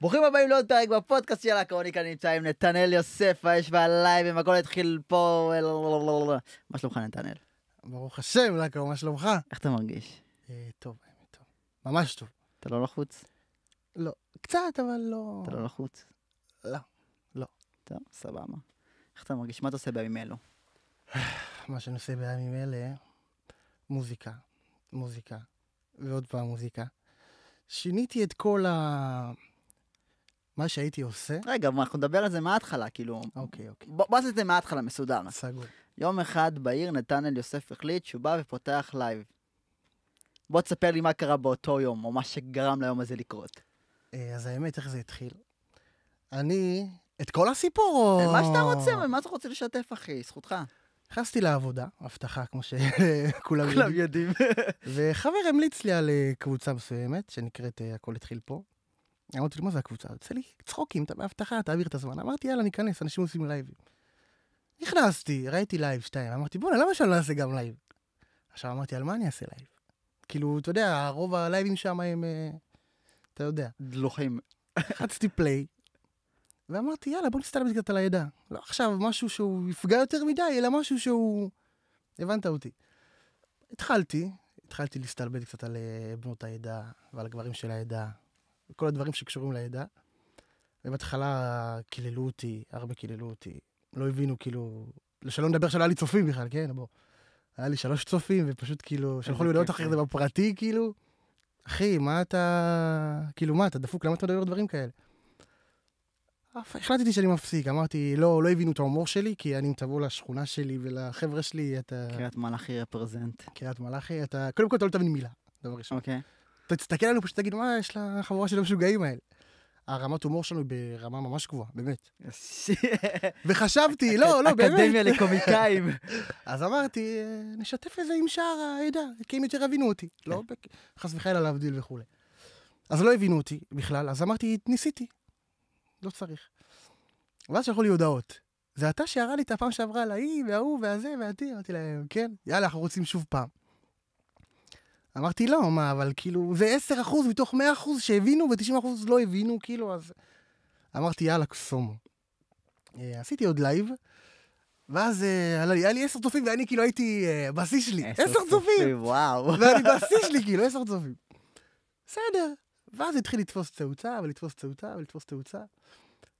ברוכים הבאים לעוד פרק בפודקאסט של הקרוניקה נמצא עם נתנאל יוסף, האש והלייב, עם הכל התחיל פה... אה, לא, מה שלומך נתנאל? ברוך השם, לקו, מה שלומך? איך אתה מרגיש? אה, טוב, האמת, טוב. ממש טוב. אתה לא לחוץ? לא, קצת, אבל לא... אתה לא לחוץ? לא, לא. טוב, סבבה. איך אתה מרגיש? מה אתה עושה בימים אלו? מה שאני עושה בימים אלה, מוזיקה, מוזיקה, ועוד פעם מוזיקה. שיניתי את כל ה... מה שהייתי עושה. רגע, מה, אנחנו נדבר על זה מההתחלה, כאילו... אוקיי, אוקיי. בוא בוא נעשה את זה מההתחלה, מסודר. סגור. יום אחד בעיר נתנאל יוסף החליט שהוא בא ופותח לייב. בוא תספר לי מה קרה באותו יום, או מה שגרם ליום הזה לקרות. אה, אז האמת, איך זה התחיל? אני... את כל הסיפור או... מה שאתה רוצה, אבל מה אתה רוצה לשתף, אחי? זכותך. נכנסתי לעבודה, אבטחה, כמו שכולם יודעים. יודעים. וחבר המליץ לי על אה, קבוצה מסוימת, שנקראת אה, הכל התחיל פה. אמרתי לו, מה זה הקבוצה? יוצא לי צחוקים, אתה באבטחה, תעביר את הזמן. אמרתי, יאללה, ניכנס, אנשים עושים לייבים. נכנסתי, ראיתי לייב שתיים, אמרתי, בוא'נה, למה שאני לא אעשה גם לייב? עכשיו אמרתי, על מה אני אעשה לייב? כאילו, אתה יודע, רוב הלייבים שם הם, אה, אתה יודע. דלוחים. לחצתי פליי, ואמרתי, יאללה, בוא נסתלבט קצת על הידע. לא עכשיו משהו שהוא יפגע יותר מדי, אלא משהו שהוא... הבנת אותי. התחלתי, התחלתי להסתלבט קצת על אה, בנות העדה ועל הגברים של העדה, וכל הדברים שקשורים לעדה. ובהתחלה קיללו אותי, הרבה קיללו אותי. לא הבינו, כאילו... שלא נדבר שלא היה לי צופים בכלל, כן? בוא. היה לי שלוש צופים, ופשוט כאילו, שלחו לי הודעות כיף אחרי זה. זה בפרטי, כאילו. אחי, מה אתה... כאילו, מה, אתה דפוק? למה אתה מדבר דברים כאלה? אף- החלטתי שאני מפסיק, אמרתי, לא, לא הבינו את ההומור שלי, כי אני, אם תבוא לשכונה שלי ולחבר'ה שלי, אתה... קריית מלאכי רפרזנט. קריית מלאכי, אתה... קודם כל, אתה לא תבין מילה, דבר ראשון. אוקיי. אתה תסתכל עלינו, פשוט תגיד, מה יש לחבורה של המשוגעים האלה? הרמת הומור שלנו היא ברמה ממש גבוהה, באמת. וחשבתי, לא, לא, באמת. אקדמיה לקומיקאים. אז אמרתי, אה, נשתף את זה עם שאר העדה, כי הם יותר יבינו אותי. לא, בק- חס וחלילה להבדיל וכולי. אז לא הבינו אותי בכלל, אז אמרתי, ניסיתי. לא צריך. ואז שלחו לי הודעות. זה אתה שהראה לי את הפעם שעברה על ההיא, וההוא, והזה, והתי. אמרתי להם, כן, יאללה, אנחנו רוצים שוב פעם. אמרתי, לא, מה, אבל כאילו, זה 10% מתוך 100% שהבינו ו-90% לא הבינו, כאילו, אז... אמרתי, יאללה, קסומו. אה, עשיתי עוד לייב, ואז אה, עלה לי- היה לי 10 צופים, ואני כאילו הייתי אה, בשיא שלי. 10 צופים! וואו. ואני בשיא שלי, כאילו, עשר צופים. בסדר. ואז התחיל לתפוס תאוצה, ולתפוס תאוצה, ולתפוס תאוצה.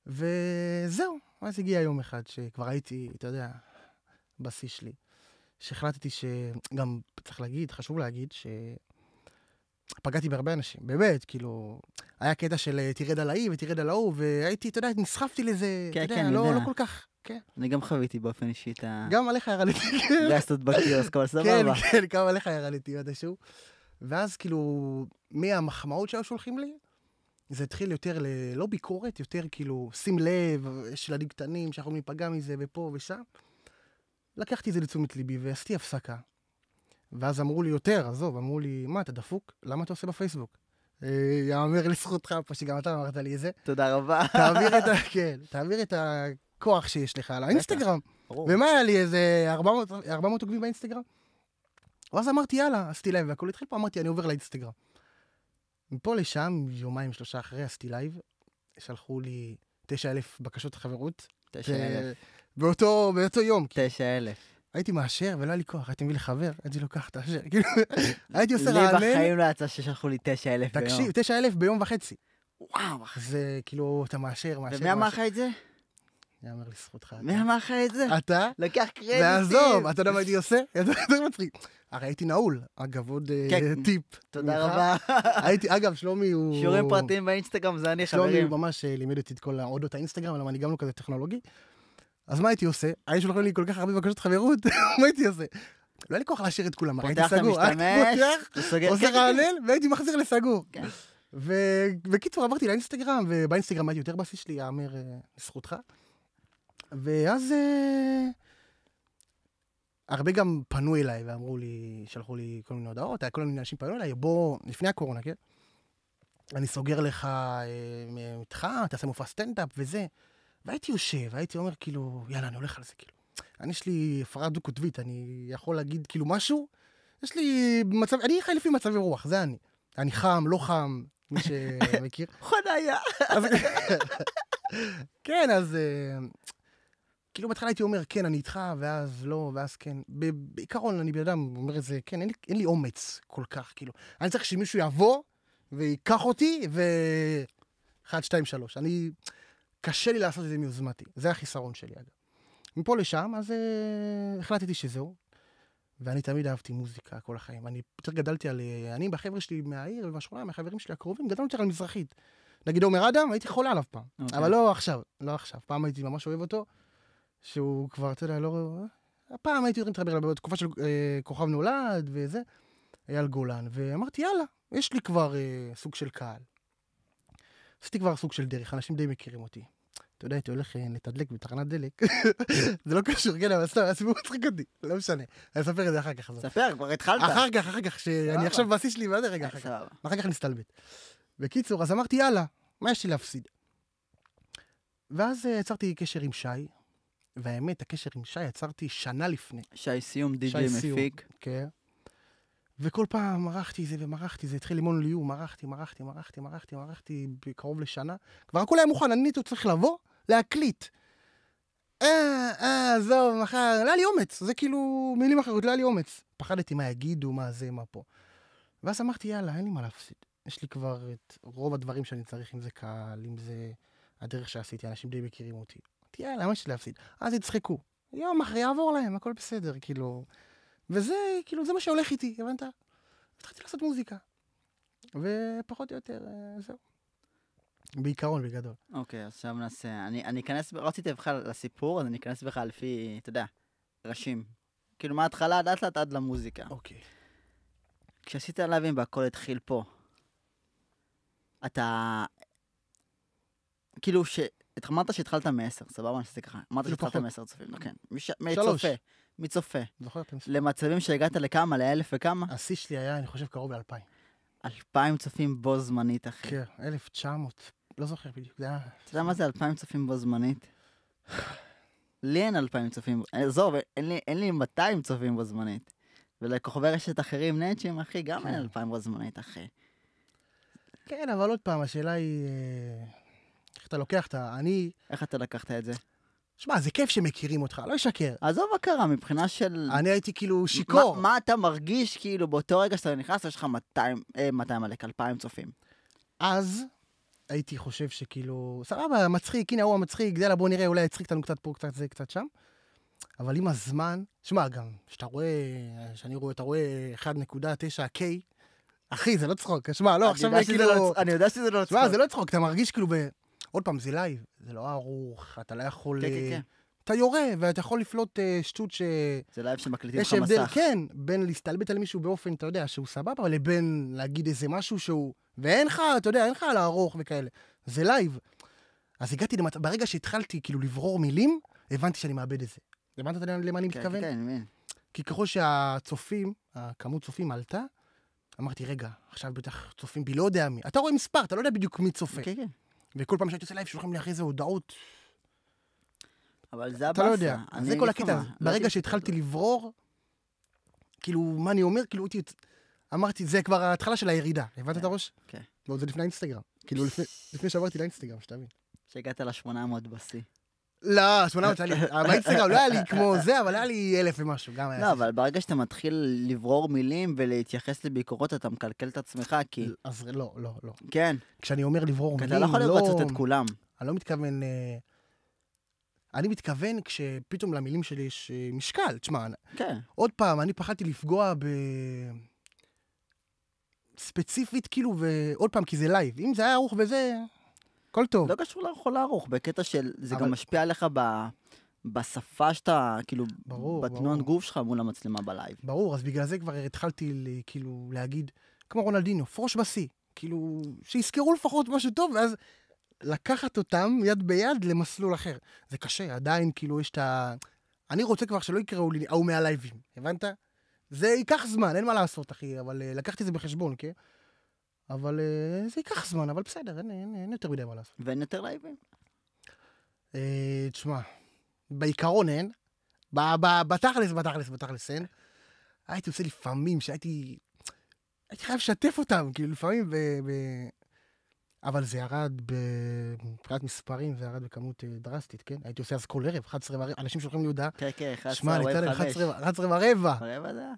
וזהו. ואז הגיע יום אחד שכבר הייתי, אתה יודע, בשיא שלי. שהחלטתי שגם, צריך להגיד, חשוב להגיד, שפגעתי בהרבה אנשים, באמת, כאילו, היה קטע של אה, תרד על ההיא ותרד על ההוא, והייתי, אתה יודע, נסחפתי לזה, כן, אתה כן, יודע, אני לא, יודע. אה. לא כל כך, כן. אני גם חוויתי באופן אישי את גם עליך ירדתי, כן. הגסטות בקיוסק, אבל סבבה. כן, כן, כמה לך ירה לי טיוט איזשהו. ואז כאילו, מהמחמאות שהיו שולחים לי, זה התחיל יותר ל... לא ביקורת, יותר כאילו, שים לב, יש ילדים קטנים שאנחנו ניפגע מזה ופה ושם. לקחתי את זה לתשומת ליבי ועשיתי הפסקה. ואז אמרו לי יותר, עזוב, אמרו לי, מה, אתה דפוק? למה אתה עושה בפייסבוק? אה, יאמר לזכותך פה שגם אתה אמרת לי את זה. תודה רבה. תעביר את ה... כן, תעביר את הכוח שיש לך על האינסטגרם. ברור. ומה היה לי, איזה 400, 400 עוקבים באינסטגרם? ואז אמרתי, יאללה, עשיתי לייב, והכל התחיל פה, אמרתי, אני עובר לאינסטגרם. מפה לשם, יומיים, שלושה אחרי, עשיתי לייב, שלחו לי 9,000 בקשות חברות. תשע אלף. ב- באותו, באותו יום. אה, תשע אלף. הייתי מאשר, ולא היה לי כוח, הייתי מביא לחבר, הייתי לוקח, תאשר. כאילו, הייתי עושה לי רענן. בחיים לא יצא ששלחו לי תשע אלף ביום. תקשיב, 9,000 ביום וחצי. וואו, אחי. זה כאילו, אתה מאשר, מאשר, ומי אמר לך את זה? יאמר לזכותך. אתה. מי אמר לך את זה? אתה? לקח קרדיטים. ועזוב, אה, אתה יודע מה הייתי עושה? יותר מצחיק. הרי הייתי נעול, אגב, עוד אה, כן. טיפ. תודה ממך. רבה. הייתי, אגב, שלומי הוא... שיעורים פרטיים באינסטגרם זה אני, שלומי חברים. הוא ממש אה, לימד אותי את כל אודות האינסטגרם, למה אני גם לא כזה טכנולוגי. אז מה הייתי עושה? היו שולחים לי כל כך הרבה בקשות חברות, מה הייתי עושה? לא היה לי כוח להשאיר את כולם, הרי הייתי פותח את סגור. המשתמש, הייתי פותח, הוא סוגר. עושה רענן, והייתי מחזיר לסגור. כן. ו- בקיצור, עברתי לאינסטגרם, ובאינסטגרם הייתי יותר בשיא שלי, יאמר אה, לזכותך. ואז אה, הרבה גם פנו אליי ואמרו לי, שלחו לי כל מיני הודעות, כל מיני אנשים פנו אליי, בוא, לפני הקורונה, כן? אני סוגר לך אה, מתחם, תעשה מופע סטנדאפ וזה. והייתי יושב, הייתי אומר כאילו, יאללה, אני הולך על זה, כאילו. אני, יש לי הפרעה דו-קוטבית, אני יכול להגיד כאילו משהו, יש לי מצב, אני חי לפי מצבי רוח, זה אני. אני חם, לא חם, מי שמכיר. חניה. אז... כן, אז... אה, כאילו בהתחלה הייתי אומר, כן, אני איתך, ואז לא, ואז כן. ב- בעיקרון, אני בן אדם אומר את זה, כן, אין לי, אין לי אומץ כל כך, כאילו. אני צריך שמישהו יבוא ויקח אותי, ו... אחד, שתיים, שלוש. אני... קשה לי לעשות את זה מיוזמתי. זה החיסרון שלי, אגב. מפה לשם, אז אה, החלטתי שזהו. ואני תמיד אהבתי מוזיקה כל החיים. אני יותר גדלתי על... אה, אני בחבר'ה שלי מהעיר ובשכונה, מהחברים שלי הקרובים, גדלנו יותר על מזרחית. נגיד עומר אדם, הייתי חולה עליו פעם. אוקיי. אבל לא עכשיו, לא עכשיו. פעם הייתי ממש אוהב אותו, שהוא כבר, אתה יודע, לא... הפעם הייתי יותר מתחבר אליו, בתקופה של אה, כוכב נולד וזה, אייל גולן. ואמרתי, יאללה, יש לי כבר אה, סוג של קהל. עשיתי כבר סוג של דרך, אנשים די מכירים אותי. אתה יודע, הייתי הולך אה, לתדלק בתחנת דלק. זה לא קשור, כן, אבל סתם, הסיפור מצחיק אותי, לא משנה. אני אספר את זה אחר כך. אבל. ספר, כבר התחלת. אחר כך, אחר כך, שאני סבבה. עכשיו בשיא שלי, מה זה רגע אחר כך? סבבה. אחר כך נסתלבט. בקיצור, אז אמרתי, יאללה, מה יש לי להפסיד? ואז אה, יצרתי קשר עם שי, והאמת, הקשר עם שי יצרתי שנה לפני. שי סיום, די.ג'י שי סיום. מפיק. כן. וכל פעם מרחתי זה ומרחתי זה, התחיל לימון ליו, מרחתי, מרחתי, מרחתי, מרחתי, מרחתי בקרוב לשנה. כבר הכול היה מוכן, אני הייתי צריך לבוא, להקליט. אה, אה, עזוב, מחר, לא היה לי אומץ, זה כאילו מילים אחרות, לא היה לי אומץ. פחדתי מה יגידו, מה זה, מה פה. ואז אמרתי, יאללה, אין לי מה להפסיד. יש לי כבר את רוב הדברים שאני צריך, אם זה קהל, אם זה הדרך שעשיתי, אנשים די מכירים אותי. אמרתי, יאללה, מה יש לי להפסיד? אז יצחקו. יום אחרי יעבור להם, הכל בסדר, כאילו... וזה, כאילו, זה מה שהולך איתי, הבנת? התחלתי לעשות מוזיקה. ופחות או יותר, אה, זהו. בעיקרון, בגדול. אוקיי, אז עכשיו נעשה... אני אני אכנס... ב- רציתי בכלל לסיפור, אז אני אכנס בך לפי, אתה יודע, ראשים. כאילו, מההתחלה עד לאט לאט עד למוזיקה. אוקיי. כשעשית לייבים והכל התחיל פה, אתה... כאילו, ש... אמרת שהתחלת מ-10, סבבה? אני עשיתי ככה. אמרת אפילו שהתחלת פחות. מ-10 צופים, כן. מש- שלוש. מצופה, מצופה. זוכר את המספר? למצבים שהגעת לכמה? לאלף וכמה? השיא שלי היה, אני חושב, קרוב לאלפיים. אלפיים צופים בו זמנית, אחי. כן, 1900. לא זוכר בדיוק, זה היה... אתה יודע מה זה אלפיים צופים בו זמנית? לי אין אלפיים צופים, עזוב, אין לי, אין לי 200 צופים בו זמנית. ולכוכבי רשת אחרים, נאצ'ים, אחי, גם אין כן. אלפיים בו זמנית, אחי. כן, אבל עוד פעם, השאלה היא... אה, איך אתה לוקח את ה... אני... איך אתה לקחת את זה? שמע, זה כיף שמכירים אותך, לא אשקר. עזוב הכרה, מבחינה של... אני הייתי כאילו שיכור. מה, מה אתה מרגיש, כאילו, באותו רגע שאתה נכנס, יש לך 200, אה, 200 עלק, 2,000 צופים. אז הייתי חושב שכאילו, סבבה, מצחיק, הנה ההוא המצחיק, יאללה, בוא נראה, אולי יצחיק אותנו קצת פה, קצת זה, קצת שם. אבל עם הזמן, שמע, גם, כשאתה רואה, כשאני רואה, אתה רואה 1.9K, אחי, זה לא צחוק, שמע, לא, אני עכשיו יודע שזה כאילו... לא- אני יודע שזה לא שמע, צחוק. זה לא צחוק, אתה מרגיש כאילו ב... עוד פעם, זה לייב, זה לא ערוך, אתה לא יכול... כן, אה, כן, כן. אתה יורה, ואתה יכול לפלוט אה, שטות ש... זה לייב שמקליטים לך יש הבדל, מסך. כן, בין להסתלבט על מישהו באופן, אתה יודע, שהוא סבבה, לבין להגיד איזה משהו שהוא... ואין לך, אתה יודע, אין לך על הארוך וכאלה. זה לייב. אז הגעתי למצב, ברגע שהתחלתי כאילו לברור מילים, הבנתי שאני מאבד את זה. הבנת אתה יודע למה אני כן, כן, מתכוון? כן, אני מבין. כי ככל שהצופים, הכמות צופים עלתה, אמרתי, רגע, עכשיו בטח צופים בי, לא יודע מי. אתה רואה מספר, אתה לא יודע בדיוק מי צופה. כן, כן. וכל פעם שהייתי עושה לייב, שולחים לי אחרי זה הודעות אבל זה הבאסה. אתה לא יודע. אני זה אגיד כל לך הקטע מה, הזה. לא ברגע הייתי- שהתחלתי לברור, כאילו, מה אני אומר? כאילו, הייתי... אמרתי, זה כבר ההתחלה של הירידה. הבנת את הראש? כן. לא, זה לפני האינסטגרם. כאילו, לפני- לפני שעברתי לאינסטגרם, שתבין. שהגעת ל-800 בשיא. לא, 800 היה לי... באינסטגרם לא היה לי כמו זה, אבל היה לי אלף ומשהו, גם היה. לא, אבל ברגע שאתה מתחיל לברור מילים ולהתייחס לביקורות, אתה מקלקל את עצמך, כי... אז לא, לא, לא. כן, כשאני אומר לברור כי מילים, אתה לא יכול לרצות את כולם. אני לא מתכוון... אה, אני מתכוון כשפתאום למילים שלי יש אה, משקל. תשמע, כן. עוד פעם, אני פחדתי לפגוע ב... ספציפית, כאילו, ועוד פעם, כי זה לייב. אם זה היה ערוך וזה, הכל טוב. לא קשור לאכול לערוך, בקטע של... זה אבל- גם משפיע עליך ב... בשפה שאתה, כאילו, ברור, בתנועת ברור. גוף שלך מול המצלמה בלייב. ברור, אז בגלל זה כבר התחלתי, ל- כאילו, להגיד, כמו רונלדינו, פרוש בשיא. כאילו, שיזכרו לפחות משהו טוב, ואז לקחת אותם יד ביד למסלול אחר. זה קשה, עדיין, כאילו, יש את ה... אני רוצה כבר שלא יקראו לי ההוא מהלייבים, הבנת? זה ייקח זמן, אין מה לעשות, אחי, אבל אה, לקחתי את זה בחשבון, כן? אבל אה, זה ייקח זמן, אבל בסדר, אין, אין, אין יותר מדי מה לעשות. ואין יותר לייבים. אה, תשמע, בעיקרון אין. ב- ב- בתכלס, בתכלס, בתכלס אין. הייתי עושה לפעמים שהייתי... הייתי חייב לשתף אותם, כאילו לפעמים ב... ב... אבל זה ירד ב- מבחינת מספרים, זה ירד בכמות אה, דרסטית, כן? הייתי עושה אז כל ערב, 11 ורבע, אנשים שולחים לי הודעה, כן, כן, 11, שמע, אני אתן אה. להם 45. 11 ו- 11 ורבע, רבע זה היה?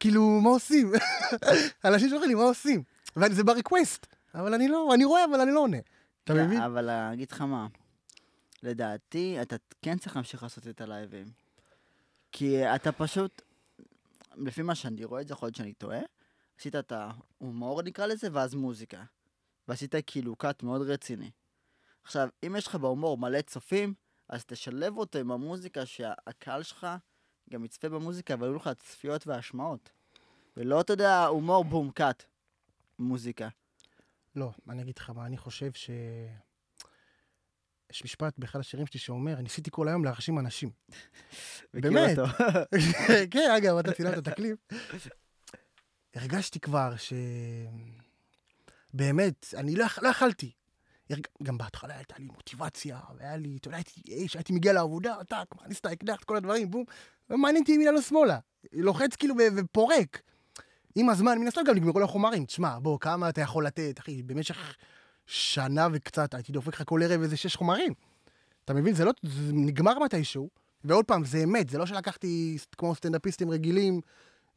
כאילו, מה עושים? אנשים שולחים לי, מה עושים? וזה בריקווסט, אבל אני לא, אני רואה, אבל אני לא עונה. אתה כן, מבין? אבל אה, אגיד לך מה, לדעתי, אתה כן צריך להמשיך לעשות את הלייבים. כי אה, אתה פשוט, לפי מה שאני רואה את זה, יכול להיות שאני טועה, עשית את ההומור נקרא לזה, ואז מוזיקה. ועשית כאילו קאט מאוד רציני. עכשיו, אם יש לך בהומור מלא צופים, אז תשלב אותו עם המוזיקה שהקהל שלך גם יצפה במוזיקה, אבל יהיו לך צפיות והשמעות. ולא, אתה יודע, הומור בום קאט. מוזיקה. לא, אני אגיד לך מה, אני חושב ש... יש משפט באחד השירים שלי שאומר, ניסיתי כל היום להרשים אנשים. וכאילו באמת? אותו- כן, אגב, אתה צילמת את הקליפ. הרגשתי כבר ש... באמת, אני לא, יכ- לא יכלתי. הרג... גם בהתחלה הייתה לי מוטיבציה, והיה לי, אתה יודע, הייתי איש, הייתי מגיע לעבודה, טאק, מעניס את האקדח, את כל הדברים, בום. לא מעניין אותי ימינה לשמאלה. לוחץ כאילו ו- ופורק. עם הזמן, מן הסתם גם נגמרו לי החומרים. תשמע, בוא, כמה אתה יכול לתת, אחי, במשך שנה וקצת הייתי דופק לך כל ערב איזה שש חומרים. אתה מבין? זה לא, זה נגמר מתישהו. ועוד פעם, זה אמת, זה לא שלקחתי ס- כמו סטנדאפיסטים רגילים,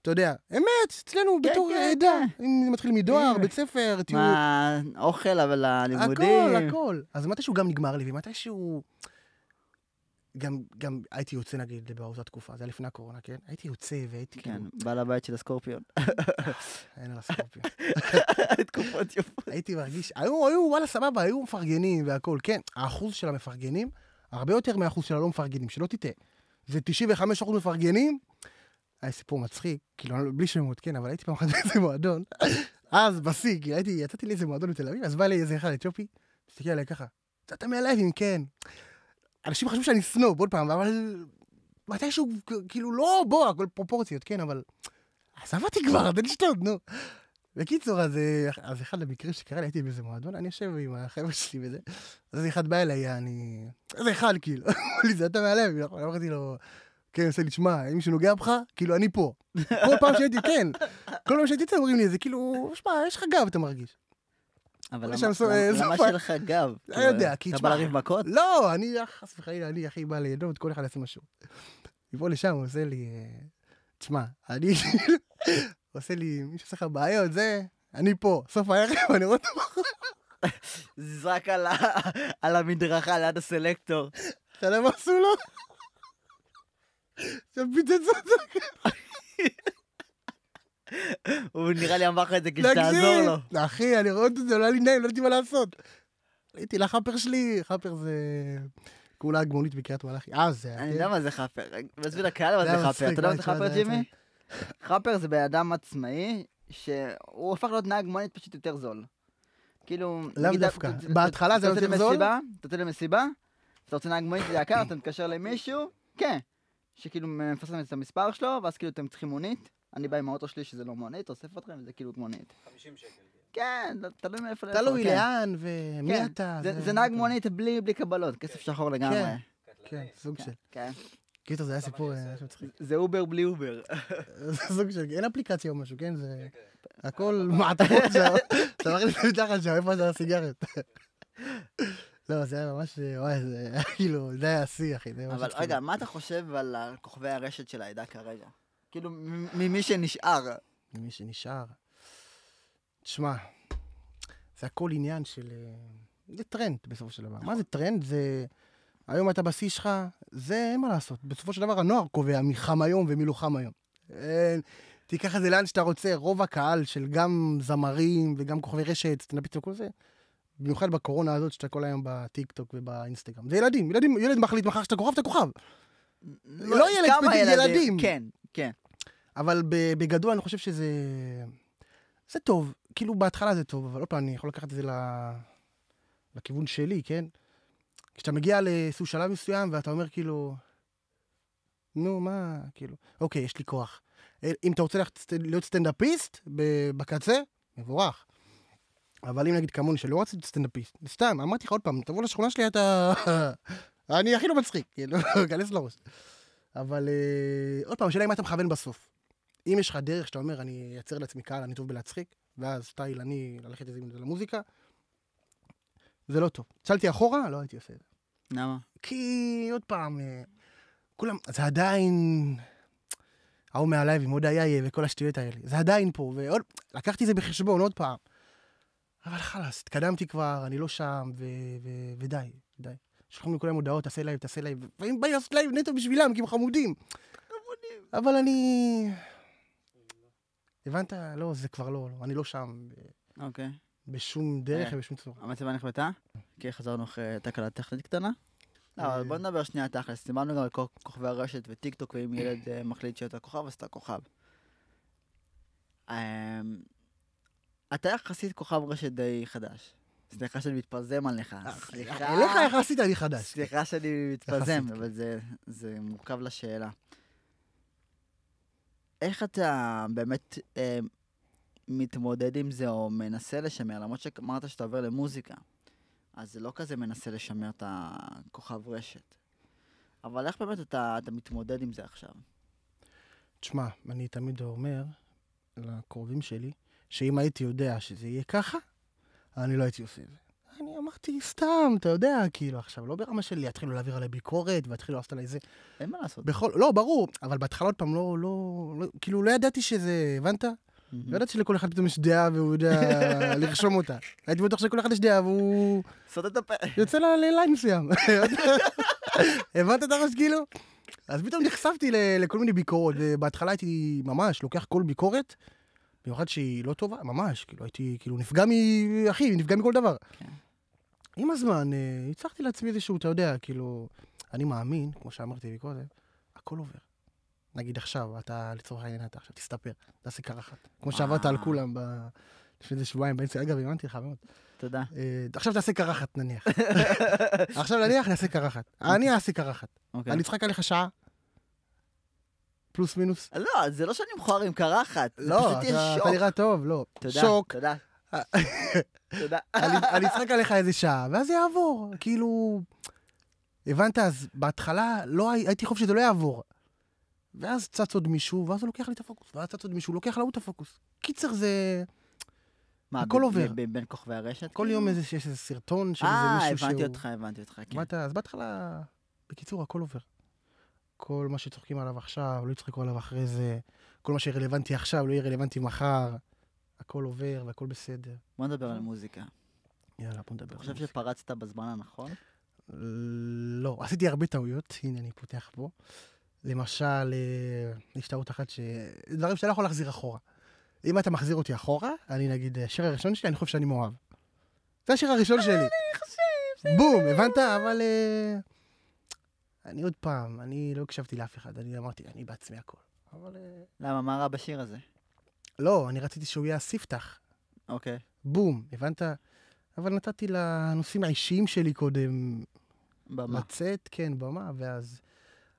אתה יודע, אמת, אצלנו כן, בתור כן, עדה, כן. אם מתחיל מדואר, אה. בית ספר, טיול, מה, אוכל, אבל הכל, הלימודים. הכל. אז מתישהו גם נגמר לי, ומתישהו... גם, גם הייתי יוצא נגיד באותה תקופה, זה היה לפני הקורונה, כן? הייתי יוצא והייתי כן, כאילו, בעל הבית של הסקורפיון. אין על הסקורפיון. תקופות יפות. הייתי מרגיש, היו, היו, וואלה, סבבה, היו מפרגנים והכול. כן, האחוז של המפרגנים, הרבה יותר מהאחוז של הלא מפרגנים, שלא תטעה. זה 95 אחוז מפרגנים. היה סיפור מצחיק, כאילו, אני לא- בלי שמות, כן, אבל הייתי פעם אחת באיזה מועדון. אז בשיא, כאילו, הייתי, יצאתי לאיזה מועדון בתל אביב, אז בא לי איזה אחד אתיופי, הסתכל עליי ככה, אתה מהלייבים, כן. אנשים חשבו שאני סנוב, עוד פעם, אבל מתישהו, כאילו, לא, בוא, הכל פרופורציות, כן, אבל... עזב אותי כבר, תן לשתות, נו. בקיצור, אז, אה, אז אחד המקרים שקרה לי, הייתי באיזה מועדון, אני יושב עם החבר'ה שלי וזה, אז איזה אחד בא אליי, אני... איזה אחד, כאילו, אמר לי, זה אתה מהלב, נכון? אמרתי לו, כן, הוא עושה לי, שמע, אם מישהו נוגע בך, כאילו, אני פה. כל פעם שהייתי, כן, כל פעם שהייתי אצלם אומרים לי, זה כאילו, שמע, יש לך גב, אתה מרגיש. אבל יש למה שם סו- אה, למה- למה סופה. שלך גב? לא יודע, כי אתה תשמע- בא לריב מכות? לא, אני, אה, חס וחלילה, אני הכי בא לידות, כל אחד יעשה משהו. יבוא לשם, הוא עושה לי, אה, תשמע, אני, הוא עושה לי, מי שעושה לך בעיות, זה, אני פה, סוף הערב, אני רואה אותו זרק על ה- על המדרכה ליד הסלקטור. אתה יודע מה עשו לו? עכשיו פיצץ אותו, הוא נראה לי אמר לך את זה כדי שתעזור לו. תקשיב. אחי, אני רואה את זה, לא היה לי נעים, לא ידעתי מה לעשות. הייתי לחאפר שלי, חאפר זה כולה הגמונית בקריית מלאכי. אה, זה היה... אני יודע מה זה חאפר. בשביל הקהל מה זה היה זה חאפר. מצחיק, אתה יודע מה זה חאפר, וואי, תשמע, זה היה ג'ימי? חאפר זה בן אדם עצמאי, שהוא הפך להיות נהג מונית פשוט יותר זול. כאילו... לאו נגיד, דווקא. אתה- אתה- בהתחלה זה אתה יוצא יותר זול? למסיבה, אתה יוצא למסיבה, אתה רוצה נהג מונית זה יקר, אתה מתקשר למישהו, כן. שכאילו מפרסם את המספר שלו, ואז כאילו אתם צריכים מונית, אני בא עם האוטו שלי שזה לא מונית, אוסף אתכם, וזה כאילו מונית. 50 שקל. כן, תלוי מאיפה לאיפה. תלוי כן. לא לאן ומי כן. אתה. זה- זה נהג מונית בלי בלי קבלות, כסף שחור לגמרי. כן, כן, קטלני. סוג כן, של... כן. קיצור, זה היה סיפור אה, היה שם מצחיק. זה אובר בלי אובר. זה סוג של... אין אפליקציה או משהו, כן? זה... כן, כן. הכל מעטפות שם, אתה מכניס מתחת שם, איפה זה הסיגרת? לא, זה היה ממש, וואי, זה היה כאילו, זה היה השיא, אחי. זה היה ממש אבל כאילו- רגע, מה אתה חושב על ה- כוכבי הרשת של העדה כרגע? כאילו, מ- ממי שנשאר. ממי שנשאר. תשמע, זה הכל עניין של... אה, זה טרנד בסופו של דבר. מה זה טרנד? זה... היום אתה בשיא שלך, זה אין מה לעשות. בסופו של דבר הנוער קובע מי חם היום ומי לא חם היום. אין- תיקח את זה לאן שאתה רוצה, רוב הקהל של גם זמרים וגם כוכבי רשת, סטנדאפיסטים וכל זה, במיוחד בקורונה הזאת שאתה כל היום בטיק טוק ובאינסטגרם. זה ילדים, ילדים, ילד מחליט מחר שאתה כוכב, אתה כוכב. לא ילד כמה ספציפי, ילדים? ילדים. כן, כן. אבל ב- בגדול אני חושב שזה... זה טוב, כאילו בהתחלה זה טוב, אבל עוד פעם, אני יכול לקחת את זה ל- לכיוון שלי, כן? כשאתה מגיע לאיזשהו שלב מסוים ואתה אומר כאילו, נו, מה, כאילו, אוקיי, יש לי כוח. אה, אם אתה רוצה להיות סט- להיות סטנדאפיסט ב- בקצה, מבורך. אבל אם נגיד כמוני שלא רציתי להיות סטנדאפיסט, סתם, אמרתי לך עוד פעם, תבוא לשכונה שלי, אתה... אני הכי לא מצחיק, כאילו, כנס לראש. אבל אה, עוד פעם, השאלה היא מה אתה מכוון בסוף. אם יש לך דרך שאתה אומר, אני אייצר לעצמי קהל, אני טוב בלהצחיק, ואז סטייל, אני ללכת איזה למוזיקה, זה לא טוב. צלתי אחורה, לא הייתי עושה את זה. למה? כי עוד פעם, אה, כולם, זה עדיין... ההוא מעליי עם עוד היה יהיה וכל השטויות האלה. זה עדיין פה, ועוד... לקחתי את זה בחשבון עוד פעם. אבל חלאס, התקדמתי כבר, אני לא שם, ו... ו... ודי, די. שלחו לי כולם הודעות, תעשה לייב, תעשה לייב. ואם בא לי לעשות לייב נטו בשבילם, כי הם חמודים. אבל אני... הבנת? לא, זה כבר לא, לא. אני לא שם ב- אוקיי. בשום דרך אה. ובשום צורה. המצבה נחבטה? כי חזרנו אחרי תקלה טכנית קטנה. לא, אבל בוא נדבר שנייה תכלס. דיברנו גם על כל כוכבי הרשת וטיק טוק, ואם ילד אה, מחליט שאתה כוכב, אז אתה כוכב. אמ, אתה יחסית כוכב רשת די חדש. סליחה שאני מתפזם עליך. אה, סליחה. אה, אליך יחסית אני חדש. סליחה שאני מתפזם, יחסית, אבל זה, זה מורכב לשאלה. איך אתה באמת אה, מתמודד עם זה או מנסה לשמר, למרות שאמרת שאתה עובר למוזיקה, אז זה לא כזה מנסה לשמר את הכוכב רשת. אבל איך באמת אתה, אתה מתמודד עם זה עכשיו? תשמע, אני תמיד אומר לקרובים שלי, שאם הייתי יודע שזה יהיה ככה, אני לא הייתי עושה את זה. אני אמרתי, סתם, אתה יודע, כאילו, עכשיו, לא ברמה שלי, יתחילו להעביר עליי ביקורת, ויתחילו לעשות עליי זה. אין מה לעשות. בכל, לא, ברור, אבל בהתחלה עוד פעם, לא, לא, לא, כאילו, לא ידעתי שזה, הבנת? מהמם. לא ידעתי שלכל אחד פתאום יש דעה והוא יודע לרשום אותה. הייתי בטוח שלכל אחד יש דעה והוא סותם את הפה. יוצא ל- לליין מסוים. הבנת את הראש כאילו? אז פתאום נחשפתי ל- לכל מיני ביקורות, ובהתחלה הייתי ממש לוקח כל ביקורת, במיוחד שהיא לא טובה, ממש, כאילו הייתי, כאילו נפגע מ... אחי, נפגע מכל דבר. כן. עם הזמן, אה, הצלחתי לעצמי איזשהו, אתה יודע, כאילו, אני מאמין, כמו שאמרתי קודם, הכל עובר. נגיד עכשיו, אתה לצורך העניין, אתה עכשיו תסתפר, תעשה קרחת. כמו שעברת על וואו. כולם ב... לפני איזה שבועיים, באמצע, אגב, האמנתי לך מאוד. תודה. אה, עכשיו תעשה קרחת נניח. עכשיו נניח נעשה קרחת. אני אעשה קרחת. אוקיי. אני אצחק עליך שעה. פלוס מינוס. לא, זה לא שאני מכוער עם קרחת. זה לא, פשוט יהיה אתה שוק. אתה נראה טוב, לא. תודה, שוק. תודה. אה. תודה. אני- אני אצחק עליך איזה שעה, ואז זה יעבור. כאילו... הבנת? אז בהתחלה לא הי- הייתי חושב שזה לא יעבור. ואז צץ עוד מישהו, ואז הוא לוקח לי את הפוקוס, ואז צץ עוד מישהו, לוקח להוא את הפוקוס. קיצר, זה... מה, הכל ב- עובר. ב- בין כוכבי הרשת? כל כאילו? יום איזה- יש איזה סרטון של איזה אה, מישהו שהוא... הבנתי אותך, הבנתי אותך, כן. הבנת? אז בהתחלה, בקיצור, הכל עובר. כל מה שצוחקים עליו עכשיו, לא יצחקו עליו אחרי זה, כל מה שרלוונטי עכשיו, לא יהיה רלוונטי מחר, הכל עובר והכל בסדר. בוא נדבר על מוזיקה. יאללה, בוא נדבר. אתה על חושב מוזיקה. שפרצת בזמן הנכון? לא, עשיתי הרבה טעויות, הנה אני פותח פה. למשל, אה, יש טעות אחת ש... דברים שאתה לא יכול להחזיר אחורה. אם אתה מחזיר אותי אחורה, אני נגיד, השיר הראשון שלי, אני חושב שאני מאוהב. זה השיר הראשון שלי. אה, אני חושב... בום, הבנת? אבל... אה, אני עוד פעם, אני לא הקשבתי לאף אחד, אני אמרתי, אני בעצמי הכל. אבל... אה, למה, מה רע בשיר הזה? לא, אני רציתי שהוא יהיה הספתח. אוקיי. בום, הבנת? אבל נתתי לנושאים האישיים שלי קודם במה. לצאת, כן, במה, ואז...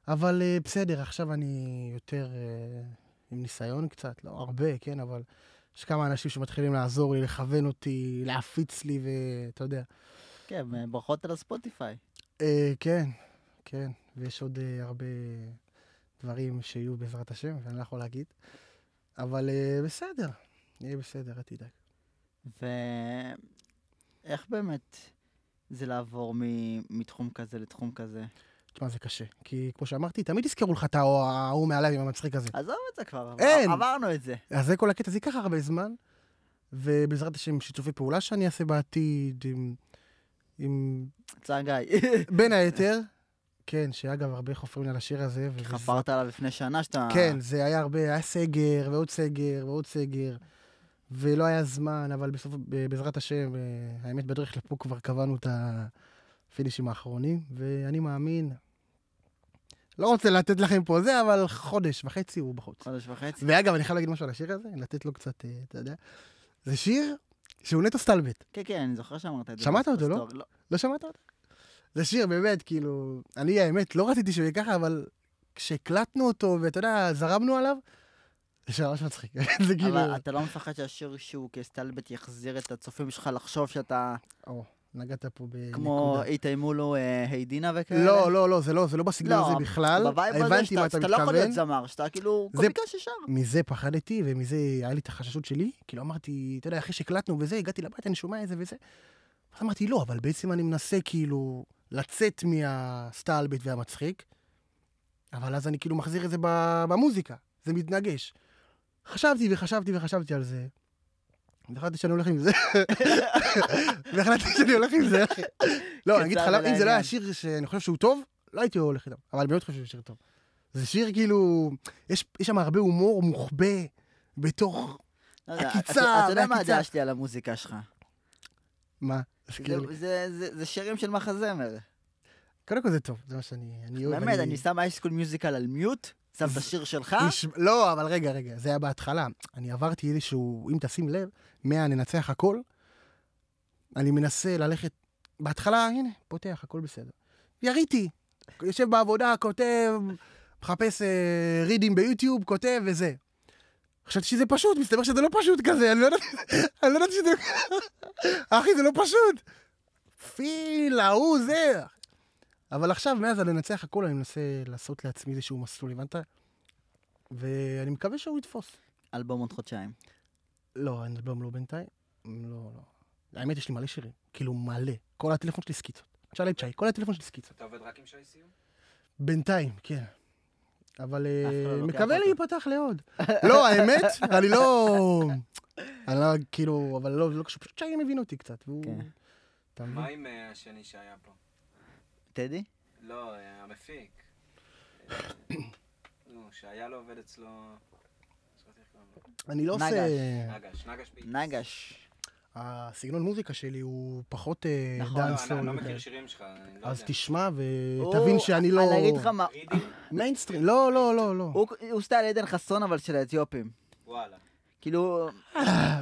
אבל אה, בסדר, עכשיו אני יותר אה, עם ניסיון קצת, לא הרבה, כן, אבל יש כמה אנשים שמתחילים לעזור לי, לכוון אותי, להפיץ לי, ואתה יודע. כן, ברכות על הספוטיפיי. אה, כן, כן, ויש עוד אה, הרבה דברים שיהיו בעזרת השם, שאני לא יכול להגיד, אבל אה, בסדר, יהיה בסדר, אל תדאג. ואיך באמת זה לעבור מ- מתחום כזה לתחום כזה? תשמע, זה קשה, כי כמו שאמרתי, תמיד יזכרו לך את ההוא- ההוא מעליו עם המצחיק הזה. עזוב את זה כבר, עבר- אין. עברנו את זה. אז זה כל הקטע, זה ייקח הרבה זמן, ובעזרת השם, שיתופי פעולה שאני אעשה בעתיד, עם... עם... צער גיא, בין היתר, כן, שאגב, הרבה חופרים לי על השיר הזה. וזה- חפרת עליו לפני שנה שאתה... כן, זה היה הרבה, היה סגר, ועוד סגר, ועוד סגר, ולא היה זמן, אבל בסוף, ב- בעזרת השם, אה, האמת, בדרך לפה כבר קבענו את הפינישים האחרונים, ואני מאמין, לא רוצה לתת לכם פה זה, אבל חודש וחצי הוא בחוץ. חודש וחצי. ואגב, אני חייב להגיד משהו על השיר הזה, לתת לו קצת, אה, אתה יודע. זה שיר שהוא נטו סטלבט, כן, כן, אני זוכר שאמרת את זה. שמעת אותו, לא? בסטורי. לא שמעת אותו? זה שיר באמת, כאילו, אני האמת, לא רציתי שהוא יהיה ככה, אבל כשהקלטנו אותו, ואתה יודע, זרמנו עליו, זה שיר ממש מצחיק. זה כאילו... אבל אתה לא מפחד שהשיר שהוא כסטלבט יחזיר את הצופים שלך לחשוב שאתה או, נגעת פה בנקודה. כמו יתאיימו לו אה, היידינה וכאלה? אה, לא, לא, לא, זה לא, זה לא בסגנון לא, הזה בכלל. בווייב הזה הבנתי מה שאתה אתה שאתה לא יכול מתכוון. להיות זמר, שאתה כאילו זה- קומיקה ששר. מזה פחדתי, ומזה היה לי את החששות שלי. כאילו אמרתי, אתה יודע, אחרי שהקלטנו וזה, הגעתי לבית, אני שומע איזה וזה. אז אמרתי, לא, אבל בעצם אני מנסה כאילו לצאת מהסטלבט והמצחיק, אבל אז אני כאילו מחזיר את זה ב- במוזיקה, זה מתנגש. חשבתי וחשבתי וחשבתי על זה, והחלטתי שאני הולך עם זה. והחלטתי שאני הולך עם זה. לא, אני אגיד לך, קצר למה- אם זה לא היה ולעניין. שיר שאני חושב שהוא טוב, לא הייתי הולך איתו, אבל אני באמת חושב שהוא שיר טוב. זה שיר כאילו, יש יש שם הרבה הומור מוחבא בתוך, לא יודע, עקיצה, אתה- אתה יודע מה והעקיצה. הדעה שלי על המוזיקה שלך. מה? תזכיר לי. זה- לא- זה- זה- זה שירים של מחזמר. קודם כל זה טוב, זה מה שאני כאילו, אני אוהב. באמת, אני שם אייסקול מיוזיקל על מיוט, שם את השיר שלך, נשמע- לא, אבל רגע, רגע, זה היה בהתחלה. אני עברתי איזשהו, אם תשים לב, מהננצח הכל, אני מנסה ללכת, בהתחלה, הנה, פותח, הכל בסדר. יריתי, יושב בעבודה, כותב, מחפש אה, רידים ביוטיוב, כותב וזה. חשבתי שזה פשוט, מסתבר שזה לא פשוט כזה, אני לא ידעתי אני לא ידעתי שזה... אחי, זה לא פשוט. פיל, ההוא, זה. אבל עכשיו, מאז הלנצח הכל, אני מנסה לעשות לעצמי איזשהו מסלול, הבנת? ואני מקווה שהוא יתפוס. אלבום עוד חודשיים. לא, אין אלבום לא בינתיים. לא, לא. האמת, יש לי מלא שירים. כאילו, מלא. כל הטלפון שלי סקיצות. תשאל את שי, כל הטלפון שלי סקיצות. אתה עובד רק עם שי סיום? בינתיים, כן. אבל אה, אף אחד לא לוקח מקווה אותו. להיפתח לעוד. לא, האמת, אני לא... אני לא, כאילו, אבל לא, זה לא קשור, פשוט שי מבין אותי קצת. והוא... כן. אתה מבין? מה עם אה, השני שהיה פה? טדי? לא, אה, המפיק. אה, נו, שהיה לו עובד אצלו... שכחתי איך קוראים לו. אני לא עושה... נגש. נגש, נגש פיץ. נגש. הסגנון מוזיקה שלי הוא פחות נכון. לא, דאנס אני- אני לא מכיר שירים שלך, אני לא אז יודע. תשמע הוא- ותבין שאני לא... אני אגיד לך מה, רידים? מיינסטרים, לא, לא, לא, לא. הוא הוא סטייל עדן חסון אבל של האתיופים. וואלה. כאילו,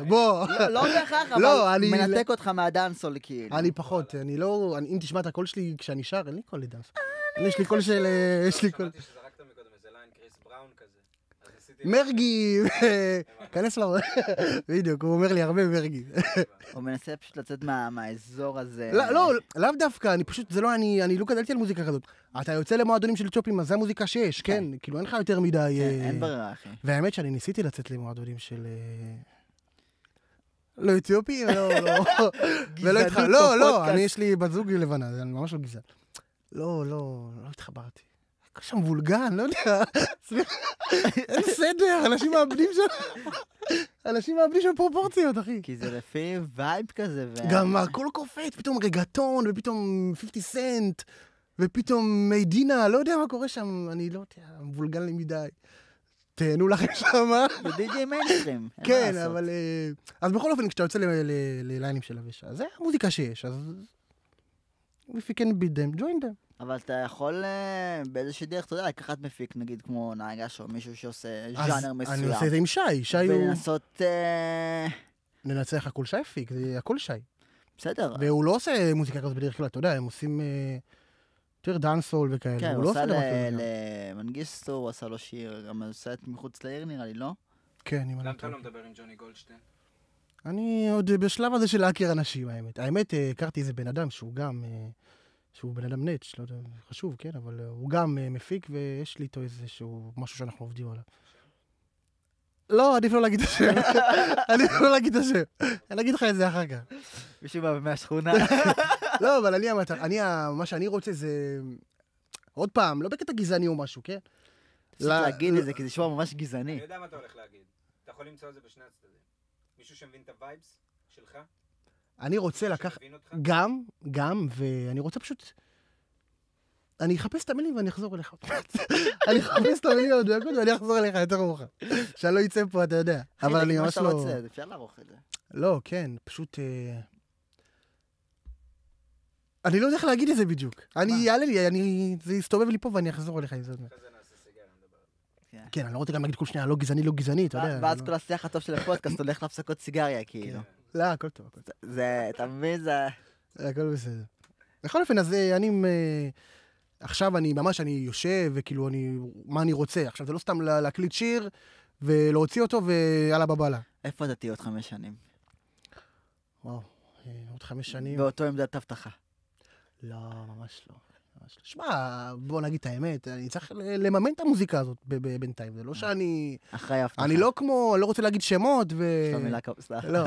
בוא. לא- לא בהכרח, לא, אבל אני- מנתק אותך מהדאנסול כאילו. אני פחות, אני לא... אני- אם תשמע את הקול שלי כשאני שר, אין לי קול לדאנס. אה, יש לי קול של... אה, יש לי לא, קול... שמעתי שזרקת מקודם איזה ליין קריס בראון כזה. אז ניסיתי... מרגי! כנס ל... בדיוק, הוא אומר לי הרבה מרגי. הוא מנסה פשוט לצאת מה- מהאזור הזה. לא, לא, לאו דווקא, אני פשוט, זה לא, אני אני לא גדלתי על מוזיקה כזאת. אתה יוצא למועדונים של צ'ופים, אז זה המוזיקה שיש, כן? כאילו, אין לך יותר מדי... כן, אה, אין ברירה, אחי. והאמת שאני ניסיתי לצאת למועדונים של... אה, לא אתיופי, לא, לא. גזענות ולא התח... לא, לא, בפודקאסט. אני יש לי בת זוג לבנה, זה- אני ממש לא גזען. לא, לא, לא התחברתי. הכל שם וולגן, לא יודע. סליחה, אין סדר, אנשים מאבדים שם... אנשים מאבדים שם פרופורציות, אחי. כי זה לפי וייב כזה, ו... גם הכל קופץ, פתאום רגטון, ופתאום 50 סנט, ופתאום מיידינה, לא יודע מה קורה שם, אני לא יודע, וולגן לי מדי. תהנו לכם שמה. זה די.ג'יי מיינסטרים. אין מה כן, לעשות. אבל... אה, אז בכל אופן, כשאתה יוצא ל- ל- לליינים של אבישי, זה המוזיקה שיש, אז... If you can beat them, join them. אבל אתה יכול אה, באיזושהי דרך, אתה יודע, לקחת מפיק, נגיד, כמו נגש או מישהו שעושה אז ז'אנר אני עושה את מסוים. זה עם שי, שי הוא... ולנסות... אה, ננצח הכל שי פיק, זה הכל שי. בסדר. והוא לא עושה מוזיקה כזאת בדרך כלל, אתה יודע, הם עושים... אה, יותר דאנסול וכאלה, כן, הוא הוא לא עשה עושה דבר ל- כזה. לא. למנגיסטו, הוא עשה לו שיר, גם עשה את מחוץ לעיר נראה לי, לא? כן, אם אני למה לא אתה טועה. לא מדבר עם ג'וני גולדשטיין? אני עוד בשלב הזה של להכיר אנשים, האמת. האמת, אה, הכרתי איזה בן אדם שהוא גם, אה, שהוא בן אדם נץ', לא יודע, חשוב, כן, אבל אה, הוא גם אה, מפיק, ויש לי איתו איזשהו משהו שאנחנו עובדים עליו. לא, עדיף לא להגיד את השם. עדיף לא להגיד את השם. אני אגיד לך את זה אחר כך. מישהו מה- מהשכונה. לא, אבל אני המטרה, אני, ה- מה שאני רוצה זה... עוד פעם, לא בקטע גזעני או משהו, כן? צריך לא, להגיד לא. את זה, כי זה נשמע ממש גזעני. אני יודע מה אתה הולך להגיד. אתה יכול למצוא את זה בשני הצדדים. מישהו שמבין את הווייבס שלך? אני רוצה מישהו לקחת... שמבין אותך? גם, גם, ואני רוצה פשוט... אני אחפש את המילים ואני אחזור אליך עוד מעט. אני אחפש את המילים המדויקות ואני אחזור אליך יותר מאוחר. שאני לא אצא פה, אתה יודע. אחי, אבל תגיד אני מה ממש שאתה לא... רוצה, אז אפשר לערוך את זה. לא, כן, פשוט... אה, אני לא יודע איך להגיד את זה בדיוק. אני, יעלה לי, אני... זה יסתובב לי פה ואני אחזור אליך עם זה עוד מעט. אחרי זה נעשה סיגריה, נדבר. על זה. כן, אני לא רוצה גם להגיד כל שנייה, לא גזעני, לא גזעני, אתה יודע. ו- ואז אני כל השיח הטוב של הפודקאסט הולך להפסקות סיגריה, כאילו. לא, לא, הכל טוב, הכל טוב. זה, אתה מבין? זה... הכל בסדר. בכל אופן, אז אה, אני... אה, עכשיו אני ממש, אני יושב, וכאילו, אני... מה אני רוצה? עכשיו, זה לא סתם לה- להקליט שיר, ולהוציא אותו, ויאללה בבאללה. איפה אתה תהיה עוד חמש שנים? וואו, אה, עוד חמש שנים. באותו עמדת אבטחה. לא, ממש לא. ממש לא. שמע, בוא נגיד את האמת, אני צריך ל- לממן את המוזיקה הזאת ב- ב- בינתיים, זה אה. לא שאני... לא אחרי אבטחה. אני לא כמו, אני לא רוצה להגיד שמות, ו... יש לו מילה כ- סליחה. לא.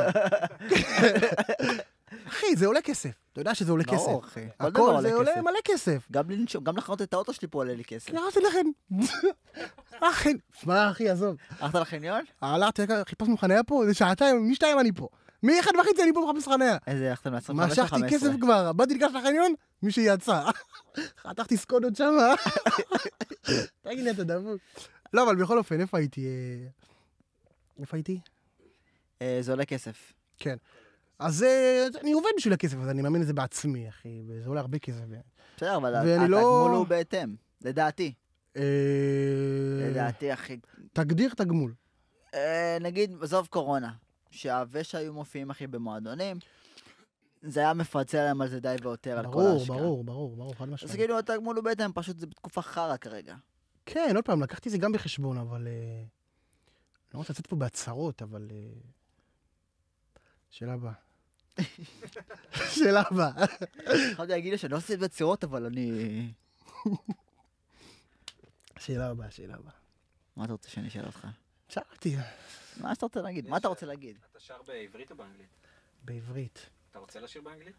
אחי, זה עולה כסף. אתה יודע שזה עולה כסף. ברור, אחי. כל דבר הכל עולה זה עולה כסף. מלא כסף. גם בלי לנשום, גם לחנות את האוטו שלי פה עולה לי כסף. לא, זה לכם. אחי, שמע, אחי, עזוב. הלכת לחניון? הלכתי, רגע, חיפשנו חניה פה, זה שעתיים, משתיים אני פה. מאחד וחצי אני פה מחפש חניה. איזה הלכתם לעשות משכתי כסף כבר, באתי ניגש לחניון, מישהי יצא. חתכתי סקודות שמה. תגיד לי, אתה דפוק. לא, אבל בכל אופן, איפה הייתי? אה, איפה הייתי? אה, זה עולה כסף. כן. אז אה, אני עובד בשביל הכסף הזה, אני מאמין לזה בעצמי, אחי, וזה עולה הרבה כסף. בסדר, אבל ואני התגמול לא- הוא בהתאם. לדעתי. אה, לדעתי, אחי. תגדיר תגמול. אה, נגיד, עזוב קורונה, שהווה שהיו מופיעים, אחי, במועדונים, זה היה מפצה להם על זה די והותר על כל ברור, ההשקעה. ברור, ברור, ברור, חד אז משמעית. כאילו, התגמול הוא בהתאם, פשוט זה בתקופה חרא כרגע. כן, עוד פעם, לקחתי את זה גם בחשבון, אבל... אה, לא רוצה לצאת פה בהצהרות, אבל... אה, שאלה הבאה. שאלה הבאה. חייב להגיד לי שאני לא עושה את זה בצירות, אבל אני... שאלה הבאה, שאלה הבאה. מה אתה רוצה שאני אשאל אותך? שאלתי, מה שאתה רוצה להגיד? מה אתה רוצה להגיד? אתה שר בעברית או באנגלית? בעברית. אתה רוצה לשיר באנגלית?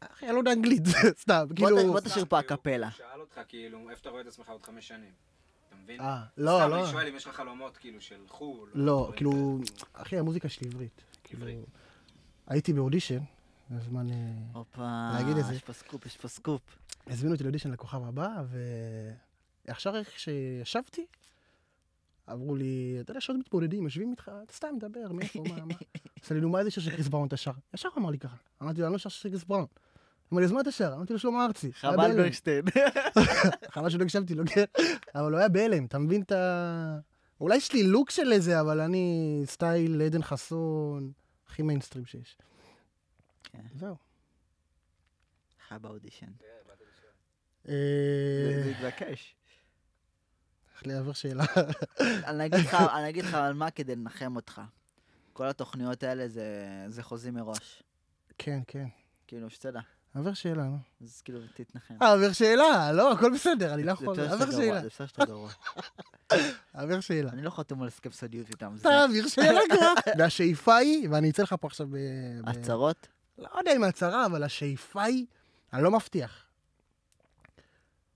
אחי, אני לא יודע אנגלית, סתם, בוא כאילו... ת- בוא תשאיר סתם, פה כאילו, הקפלה. הוא שאל אותך, כאילו, איפה אתה רואה את עצמך עוד חמש שנים? אתה מבין? אה, לא, סתם, לא. אני שואל אם יש לך חלומות, כאילו, של חו"ל. או לא, דברים כאלה. כאילו... אחי, המוזיקה שלי עברית. כאילו... עברית. הייתי באודישן, בזמן... אה, הופה, להגיד את זה. יש פה סקופ, יש פה סקופ. הזמינו אותי לאודישן לכוכב הבא, ועכשיו איך שישבתי, אמרו לי, אתה יודע, שעוד מתמודדים, יושבים איתך, אתה סתם מדבר, מאיפה, מה, מה. עשה לי, נו, מה זה שיר של קריס בראון אתה שר? ישר הוא אמר לי ככה. אמרתי לו, אני לא שר של קריס בראון. אמר לי, אז מה אתה שר? אמרתי לו, שלמה ארצי. היה חבל לא בהלם. ברשטיין. חבל שלא הקשבתי לו, כן. אבל הוא היה בהלם, אתה מבין את ה... אולי יש לי לוק של איזה, אבל אני סטייל עדן חסון, הכי מיינסטרים שיש. כן. זהו. לך באודישן. אה, זה התבקש. איך לעבר שאלה. אני אגיד לך- אני אגיד לך על מה כדי לנחם אותך. כל התוכניות האלה זה- זה חוזים מראש. כן, כן. כאילו, שתדע. עבר שאלה, נו. אז כאילו, תתנחם. אה, עבר שאלה, לא, הכל בסדר, אני לא זה יכול, בסדר עבר שאתה גרוע, שאלה, זה בסדר שאתה גרוע. עבר שאלה. אני לא חתום על הסכם סודיות איתם. זה תעביר שאלה כבר. והשאיפה היא, ואני אצא לך פה עכשיו ב... ב- הצהרות? לא יודע אם הצהרה, אבל השאיפה היא, אני לא מבטיח,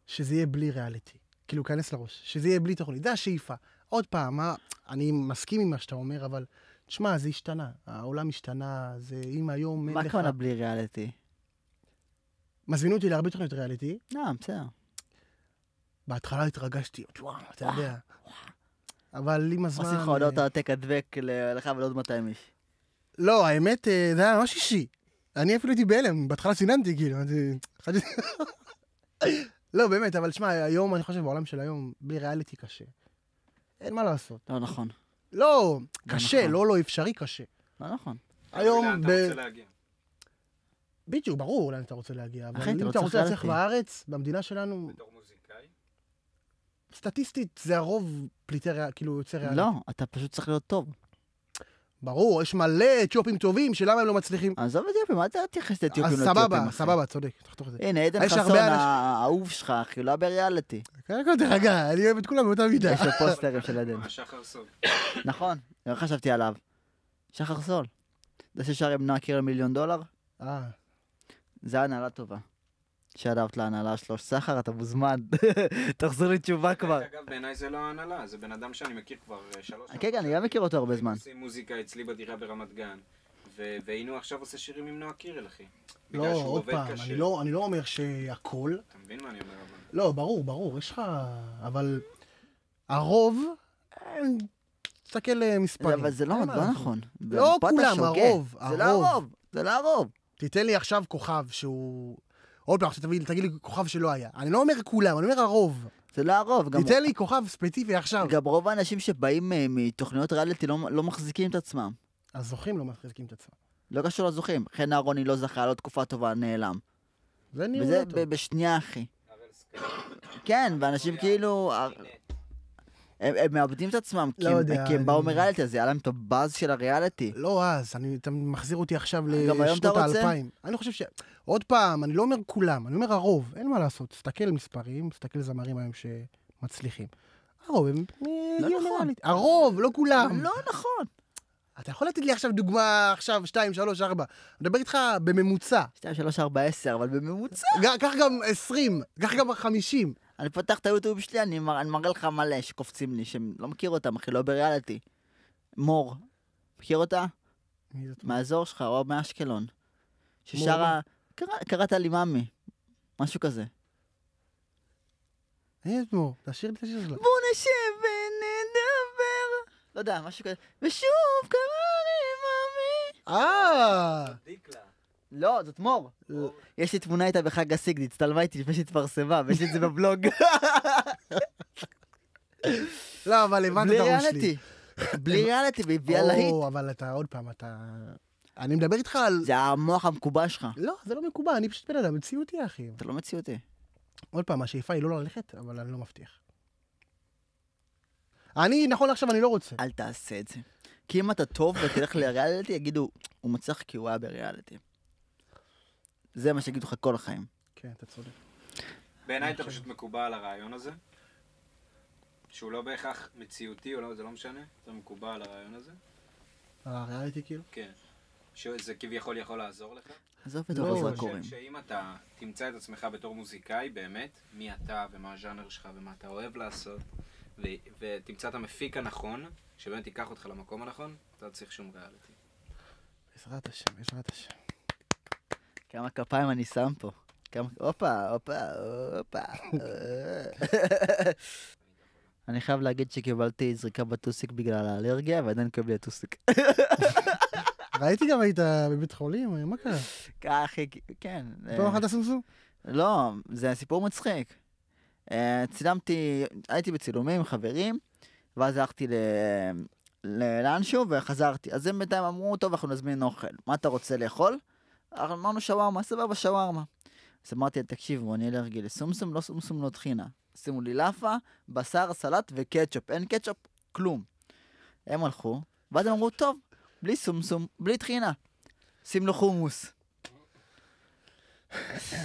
שזה יהיה בלי ריאליטי. כאילו, כנס לראש, שזה יהיה בלי תוכנית, זה השאיפה. עוד פעם, מה- אני מסכים עם מה שאתה אומר, אבל תשמע, זה השתנה, העולם השתנה, זה אם היום אין מה לך... הכוונה בלי ריאליטי? מזמינו אותי להרבה תוכניות ריאליטי, לא, בסדר. בהתחלה התרגשתי, וואו, אתה יודע. אבל עם הזמן... עושים לך אה, הודעות העתק הדבק ל- לך ולעוד 200 איש. לא, האמת, אה, זה היה ממש אישי. אני אפילו הייתי בהלם, בהתחלה סיננתי, כאילו. אני- חשבתי- לא, באמת, אבל שמע, היום, אני חושב, בעולם של היום, בלי ריאליטי קשה. אין מה לעשות. לא נכון. לא, גם קשה, נכון. לא, לא אפשרי קשה. לא נכון. היום, כאילו, לאן אתה ב- רוצה להגיע? בדיוק, ברור לאן אתה רוצה להגיע, אבל אחי, אתה אם לא אתה צריך רוצה להצליח ריאליטי. בארץ, במדינה שלנו, בתור מוזיקאי? סטטיסטית זה הרוב פליטי ריאליטי, כאילו יוצא ריאליטי. לא, אתה פשוט צריך להיות טוב. ברור, יש מלא אתיופים טובים, שלמה הם לא מצליחים? עזוב אתיופים, אל תתייחס לאתיופים אז לאתיופים. סבבה, אחי. סבבה, צודק, תחתוך את זה. הנה, עדן יש הרבה חסון אנשים- האהוב שלך, אחי, הוא לא היה בריאליטי. קודם כל, תרגע, אני אוהב את כולם באותה מידה. יש לו פוסטרים של לא עדן. השחר סוג. נכון, לא חשבתי עליו. שחר סול. זה ששר עם נועה קירל מיליון דולר, אה. זה הנהלה טובה. שאלת להנהלה שלו, סחר, אתה מוזמן. תחזור לי תשובה כבר. דרך אגב, בעיניי זה לא הנהלה, זה בן אדם שאני מכיר כבר אה, שלוש כן, כן, אני גם מכיר אותו הרבה זמן. עושים מוזיקה אצלי בדירה ברמת גן, ו- והיינו עכשיו עושה שירים עם נועה קירל, אחי. בגלל לא, שהוא עוד עובד פעם, קשה. אני לא, אני לא אומר שהכל, אתה מבין מה אני אומר? אבל? לא, ברור, ברור, יש לך... אבל הרוב, אה, תסתכל אה, מספרים. אבל זה לא אין מה לא לעשות. נכון. לא פה אתה כולם, שוגה. הרוב, זה לא הרוב. הרוב, זה לא הרוב. תיתן לי עכשיו כוכב שהוא... עוד פעם, עכשיו תביא לי- תגיד לי כוכב שלא היה. אני לא אומר כולם, אני אומר הרוב. זה לא הרוב. גם- תיתן לי כוכב ספציפי עכשיו. גם רוב האנשים שבאים אה, מתוכניות ריאליטי לא לא מחזיקים את עצמם. הזוכים לא מחזיקים את עצמם. לא קשור לזוכים. חן אהרוני לא זכה, לא תקופה טובה, נעלם. זה וזה נראה טוב. ב- בשנייה, אחי. הראל סקאי, כן, ואנשים כאילו... אה, הם הם מאבדים את עצמם, כי לא הם- יודע, כי הם באו אני- מריאליטי, אז היה להם את הבאז של הריאליטי. לא אז, אני, אתה מחזיר אותי עכשיו אה, גם היום אתה לשנות רוצה? האלפיים. אני חושב ש... עוד פעם, אני לא אומר כולם, אני אומר הרוב, אין מה לעשות. תסתכל מספרים, תסתכל זמרים היום שמצליחים. הרוב הם... אה, לא הגיעו נכון. לריאליטי. הרוב, לא כולם. לא נכון. אתה יכול לתת לי עכשיו דוגמה, עכשיו, 2, 3, 4. מדבר איתך בממוצע. 2, 3, 4, 10, אבל בממוצע. ג- קח גם 20, קח גם 50. אני פותח את היוטיוב שלי, אני, מר, אני מראה לך מלא שקופצים לי, שאני לא מכיר אותם, אחי, לא בריאליטי. מור, מכיר אותה? מי זאת? מהאזור שלך, או מאשקלון. מור? ששרה, קרא, קראת לי מאמי, משהו כזה. מי זאת מור? תשאיר לי את השיר בוא שלה. נשב ונדבר. לא יודע, משהו כזה. ושוב קרא לי מאמי. אה! דיקלה. לא, זאת מור. יש לי תמונה איתה בחג הסיגד, הצטלמה איתי לפני שהתפרסמה, ויש לי את זה בבלוג. לא, אבל הבנת בלי את הראש שלי. ריאליטי. בלי ריאליטי, והיא הביאה להיט. או, אבל אתה, עוד פעם, אתה... אני מדבר איתך על... זה המוח המקובע שלך. לא, זה לא מקובל, אני פשוט בן אדם מציאותי, אחי. אתה לא מציאותי. עוד פעם, השאיפה היא לא ללכת, אבל אני לא מבטיח. אני, נכון לעכשיו, אני לא רוצה. אל תעשה את זה. כי אם אתה טוב ותלך לריאליטי, יגידו, הוא מצליח כי הוא היה בריאליטי. זה מה שיגידו לך כל החיים. כן, אתה צודק. בעיניי נכון. אתה פשוט מקובע על הרעיון הזה, שהוא לא בהכרח מציאותי או לא, זה לא משנה, אתה מקובע על הרעיון הזה, הריאליטי כאילו? כן. שזה כביכול יכול לעזור לך. עזוב את לא, רוב אני אני הזרקורים. חושב שאם אתה תמצא את עצמך בתור מוזיקאי, באמת, מי אתה ומה הז'אנר שלך ומה אתה אוהב לעשות, ו- ותמצא את המפיק הנכון, שבאמת ייקח אותך למקום הנכון, אתה לא צריך שום ריאליטי. בעזרת השם, בעזרת השם. כמה כפיים אני שם פה. כמה... הופה, הופה, הופה. אני חייב להגיד שקיבלתי זריקה בטוסיק בגלל האלרגיה, ועדיין כואב לי הטוסיק. ראיתי גם היית בבית חולים, אה, מה קרה? אחי, כן. אה, פעם אחת עשו זו? לא, זה סיפור מצחיק. אה, צילמתי, הייתי בצילומים עם חברים, ואז הלכתי ל... ל- לאנשהו וחזרתי. אז הם בינתיים אמרו, טוב, אנחנו נזמין אוכל. מה אתה רוצה לאכול? אמרנו שווארמה, סבבה, שווארמה. אז אמרתי להם, תקשיבו, אני אלרגי לסומסום, לא סומסום, לא טחינה. שימו לי לאפה, בשר, סלט וקטשופ. אין קטשופ, כלום. הם הלכו, ואז הם אמרו, טוב, בלי סומסום, בלי טחינה. שים לו חומוס. כן.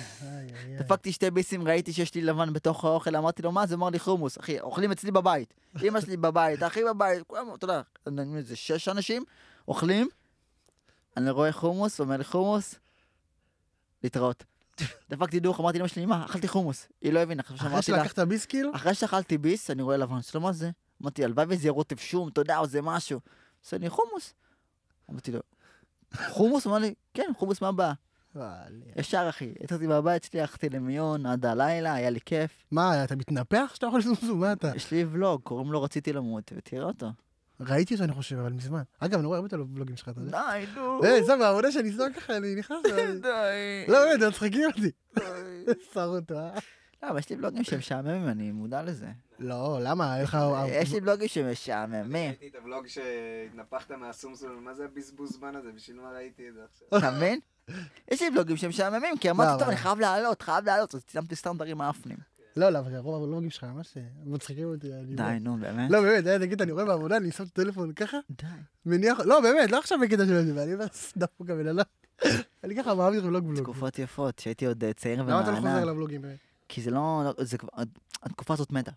דפקתי שתי ביסים, ראיתי שיש לי לבן בתוך האוכל, אמרתי לו, מה זה? הוא אמר לי חומוס, אחי, אוכלים אצלי בבית. אמא שלי בבית, אחי בבית, כולם, אתה יודע, אני- זה שש אנשים, אוכלים, אני רואה חומוס, אומר לי חומוס, להתראות. דפקתי דוח, אמרתי לאמא שלי, מה, אכלתי חומוס. היא לא הבינה, עכשיו אחרי שאמרתי לה, שלקחת ביס כאילו? אחרי שאכלתי ביס, אני רואה לבן, שלום, מה זה? אמרתי, הלוואי וזה רוטב שום, אתה יודע, או זה משהו. עושה לי חומוס. אמרתי לו, חומוס? הוא אמר לי, כן, חומוס, מה הבעיה? וואלה. ישר אחי, יצאתי מהבית שלי, הלכתי למיון עד הלילה, היה לי כיף. מה, אתה מתנפח שאתה אוכל זומזום? מה אתה? יש לי ולוג, קוראים לו רציתי למות, ותראה אותו. ראיתי אותו, אני חושב, אבל מזמן. אגב, אני רואה הרבה את הבלוגים שלך, אתה יודע. די, נו, אה, זה בעבודה שאני סתם ככה, אני נכנס... אה, ל- די. לא, באמת, הם מצחיקים אותי. שר אותו, אה? לא, אבל יש לי ולוגים שמשעממים, אני מודע לזה. לא, למה? היה לך... אה, יש לי ולוגים אני שמשעממים. ראיתי את הוולוג שהתנפחת מהסומסום, מה זה הבזבוז זמן הזה? בשביל מה ראיתי את זה עכשיו? אתה מבין? יש לי ולוגים שמשעממים, כי לא, אמרתי, טוב, אבל- אני חייב לעלות, חייב לעלות, אז צילמתי סתם דברים מאפנים. לא, לא, אבל רוב הבלוגים שלך ממש אה, מצחיקים אותי. אני- די, נו, באמת. לא, באמת, היה נגיד, אני רואה בעבודה, אני שם את הטלפון ככה, די. מניח... לא, באמת, לא עכשיו בקטע של זה, ואני אומר, דפוק הבן אדם. אני ככה מעביר ולוג ולוג. תקופות יפות, שהייתי עוד אה, צעיר למה אתה לא חוזר ונענן. לבלוגים? באמת? כי זה לא, זה כבר, התקופה הזאת מתה.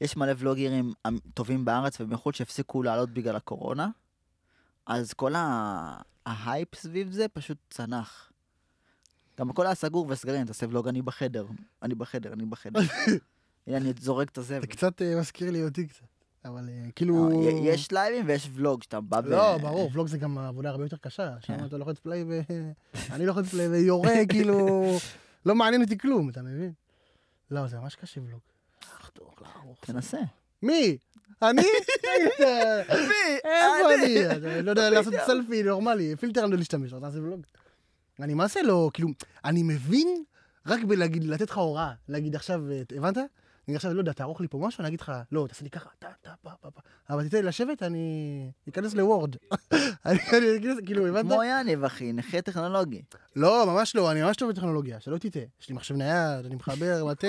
יש מלא ולוגרים אמ- טובים בארץ ובחו"ל שהפסיקו לעלות בגלל הקורונה, אז כל ה- ההייפ סביב זה פשוט צנח. גם הכל היה סגור וסגרים, אתה עושה ולוג, אני בחדר, אני בחדר, אני בחדר. הנה, אני זורק את הזבל. אתה קצת אה, מזכיר לי אותי קצת, אבל אה, כאילו... לא, י- יש לייבים ויש ולוג שאתה בא ו... לא, ברור, ולוג זה גם עבודה הרבה יותר קשה, שם כן. אתה לוחץ פליי ו... אני לוחץ פליי ויורה, כאילו... לא מעניין אותי כלום, אתה מבין? לא, זה ממש קשה ולוג. לחתוך, לערוך. תנסה. מי? אני? איפה אני? אתה לא יודע לעשות סלפי נורמלי, פילטר אני לא להשתמש, אתה עושה ולוג. אני מה זה לא, כאילו, אני מבין רק בלהגיד, לתת לך הוראה, להגיד עכשיו, אה, הבנת? אני עכשיו, לא יודע, תערוך לי פה משהו, אני אגיד לך, לא, תעשה לי ככה, טה, טה, פה, פה, פה. אבל תיתן לי לשבת, אני אכנס לוורד. אני אני אכנס, כאילו, הבנת? כמו יניב, אחי, נכה טכנולוגי. לא, ממש לא, אני ממש טוב בטכנולוגיה, שלא תטעה. יש לי מחשב נייד, אני מחבר, מטה.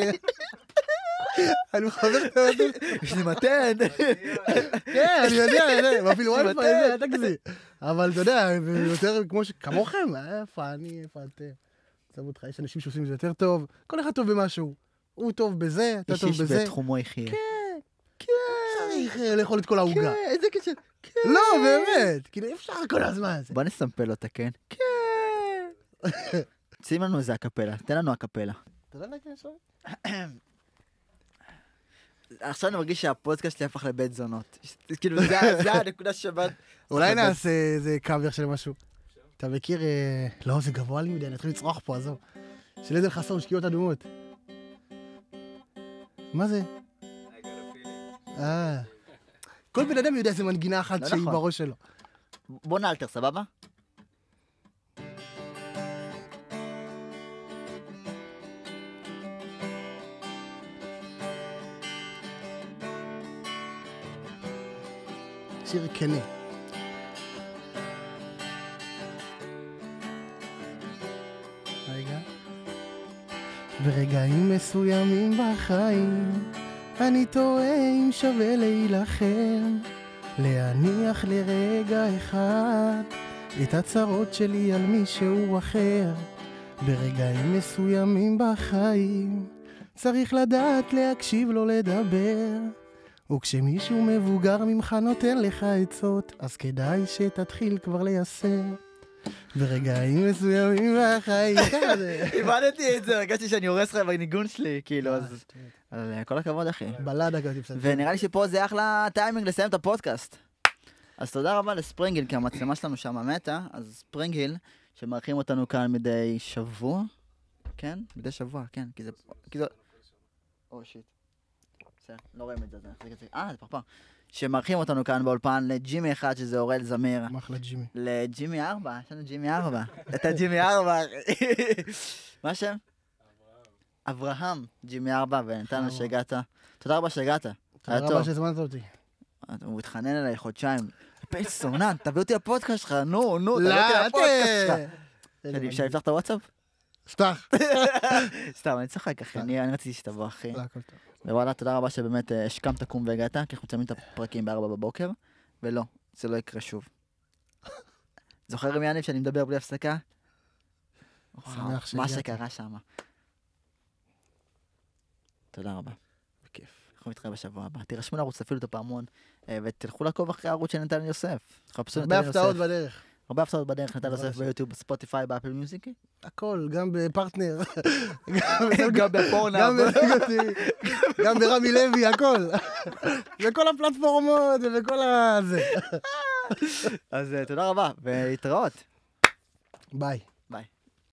אני מחבר את המטה. יש לי מתן. כן, אני יודע, אני יודע, ואפילו זה וואי-פיי, בטל. אל תגזים. אבל אתה יודע, יותר כמו ש... כמוכם, איפה אני, איפה אתם? שמו אותך, יש אנשים שעושים את זה יותר טוב, כל אחד טוב במשהו. הוא טוב בזה, אתה איש טוב איש בזה. בתחומו יחיה. אפשר צריך אה, לאכול את כל העוגה. כן, איזה קשר. כן. לא, באמת. כאילו, אי אפשר כל הזמן. זה. בוא נסמפל אותה, כן? כן. שים לנו איזה הקפלה, תן לנו הקפלה. אתה לא יודע להגיד משהו? עכשיו אני מרגיש שהפודקאסט שלי הפך לבית זונות. כאילו, זה- זה הנקודה שבה... אולי נעשה איזה קאבר של משהו. אתה מכיר... אה, לא, זה גבוה לי מדי, אני אתחיל לצרוח פה, עזוב. של עדן חסון, שקיעות אדומות. מה זה? אה. כל בן אדם יודע איזה מנגינה אחת לא שהיא נכון. בראש שלו. בוא נאלתר, סבבה? שיר כנה. רגע. ברגעים מסוימים בחיים, אני תוהה אם שווה להילחם, להניח לרגע אחד את הצרות שלי על מישהו אחר. ברגעים מסוימים בחיים, צריך לדעת להקשיב לו לדבר. וכשמישהו מבוגר ממך נותן לך עצות, אז כדאי שתתחיל כבר ליישם. ברגעים מסוימים מהחיים, ככה זה. איבדתי את זה, הרגשתי שאני הורס לך בניגון שלי, כאילו, אז... אבל, אה, כל הכבוד, אחי. בלדה כזאת פסנתר. ונראה לי שפה זה אחלה טיימינג לסיים את הפודקאסט. אז תודה רבה לספרינגיל, כי המצלמה שלנו שם מתה, אז ספרינגיל, שמארחים אותנו כאן מדי שבוע, כן? מדי שבוע, כן, כי זה... כי זה... או שיט. בסדר, לא רואים את זה, אז אני אחזיק את זה. אה, זה פרפר. שמארחים אותנו כאן באולפן לג'ימי אחד, שזה אורל זמיר. מחלה ג'ימי. לג'ימי ארבע, יש לנו ג'ימי ארבע. אתה ג'ימי ארבע, אחי. מה השם? אברהם ג'ימי ארבע, ונתן לו שהגעת. תודה רבה שהגעת. היה תודה רבה אה, טוב. אה, שהזמנת אותי. הוא התחנן אליי חודשיים. בן סונן, תביא אותי לפודקאסט שלך, נו, נו, לא, תביא אותי לפודקאסט שלך. אה. שאני- אפשר לפתוח את הוואטסאפ? סתח. סתם, אני צוחק, אחי, אני אני רציתי שתבוא, אחי. לא, הכל טוב. ווואלה, תודה רבה שבאמת אה, השכמת קום והגעת, כי אנחנו מצלמים את הפרקים בארבע בבוקר, ולא, זה לא יקרה שוב. זוכר עם יניב שאני מדבר בלי הפסקה? וואו, שמח מה שהגעת. שקרה שם. תודה רבה. בכיף. אנחנו נתראה בשבוע הבא. תירשמו לערוץ, תפעילו את הפעמון, אה, ותלכו לעקוב אחרי הערוץ של נתן יוסף. תחפשו נתן הרבה יוסף. הפתעות בדרך. הרבה הפתעות בדרך, נתן בעזרת יוסף השם. ביוטיוב, בספוטיפיי, באפל מיוזיק. הכל, גם בפרטנר. גם גם בפורנה. גם בליגותי, גם ברמי לוי, הכל. בכל הפלטפורמות ובכל ה... זה. אז אה, תודה רבה, ולהתראות. ביי.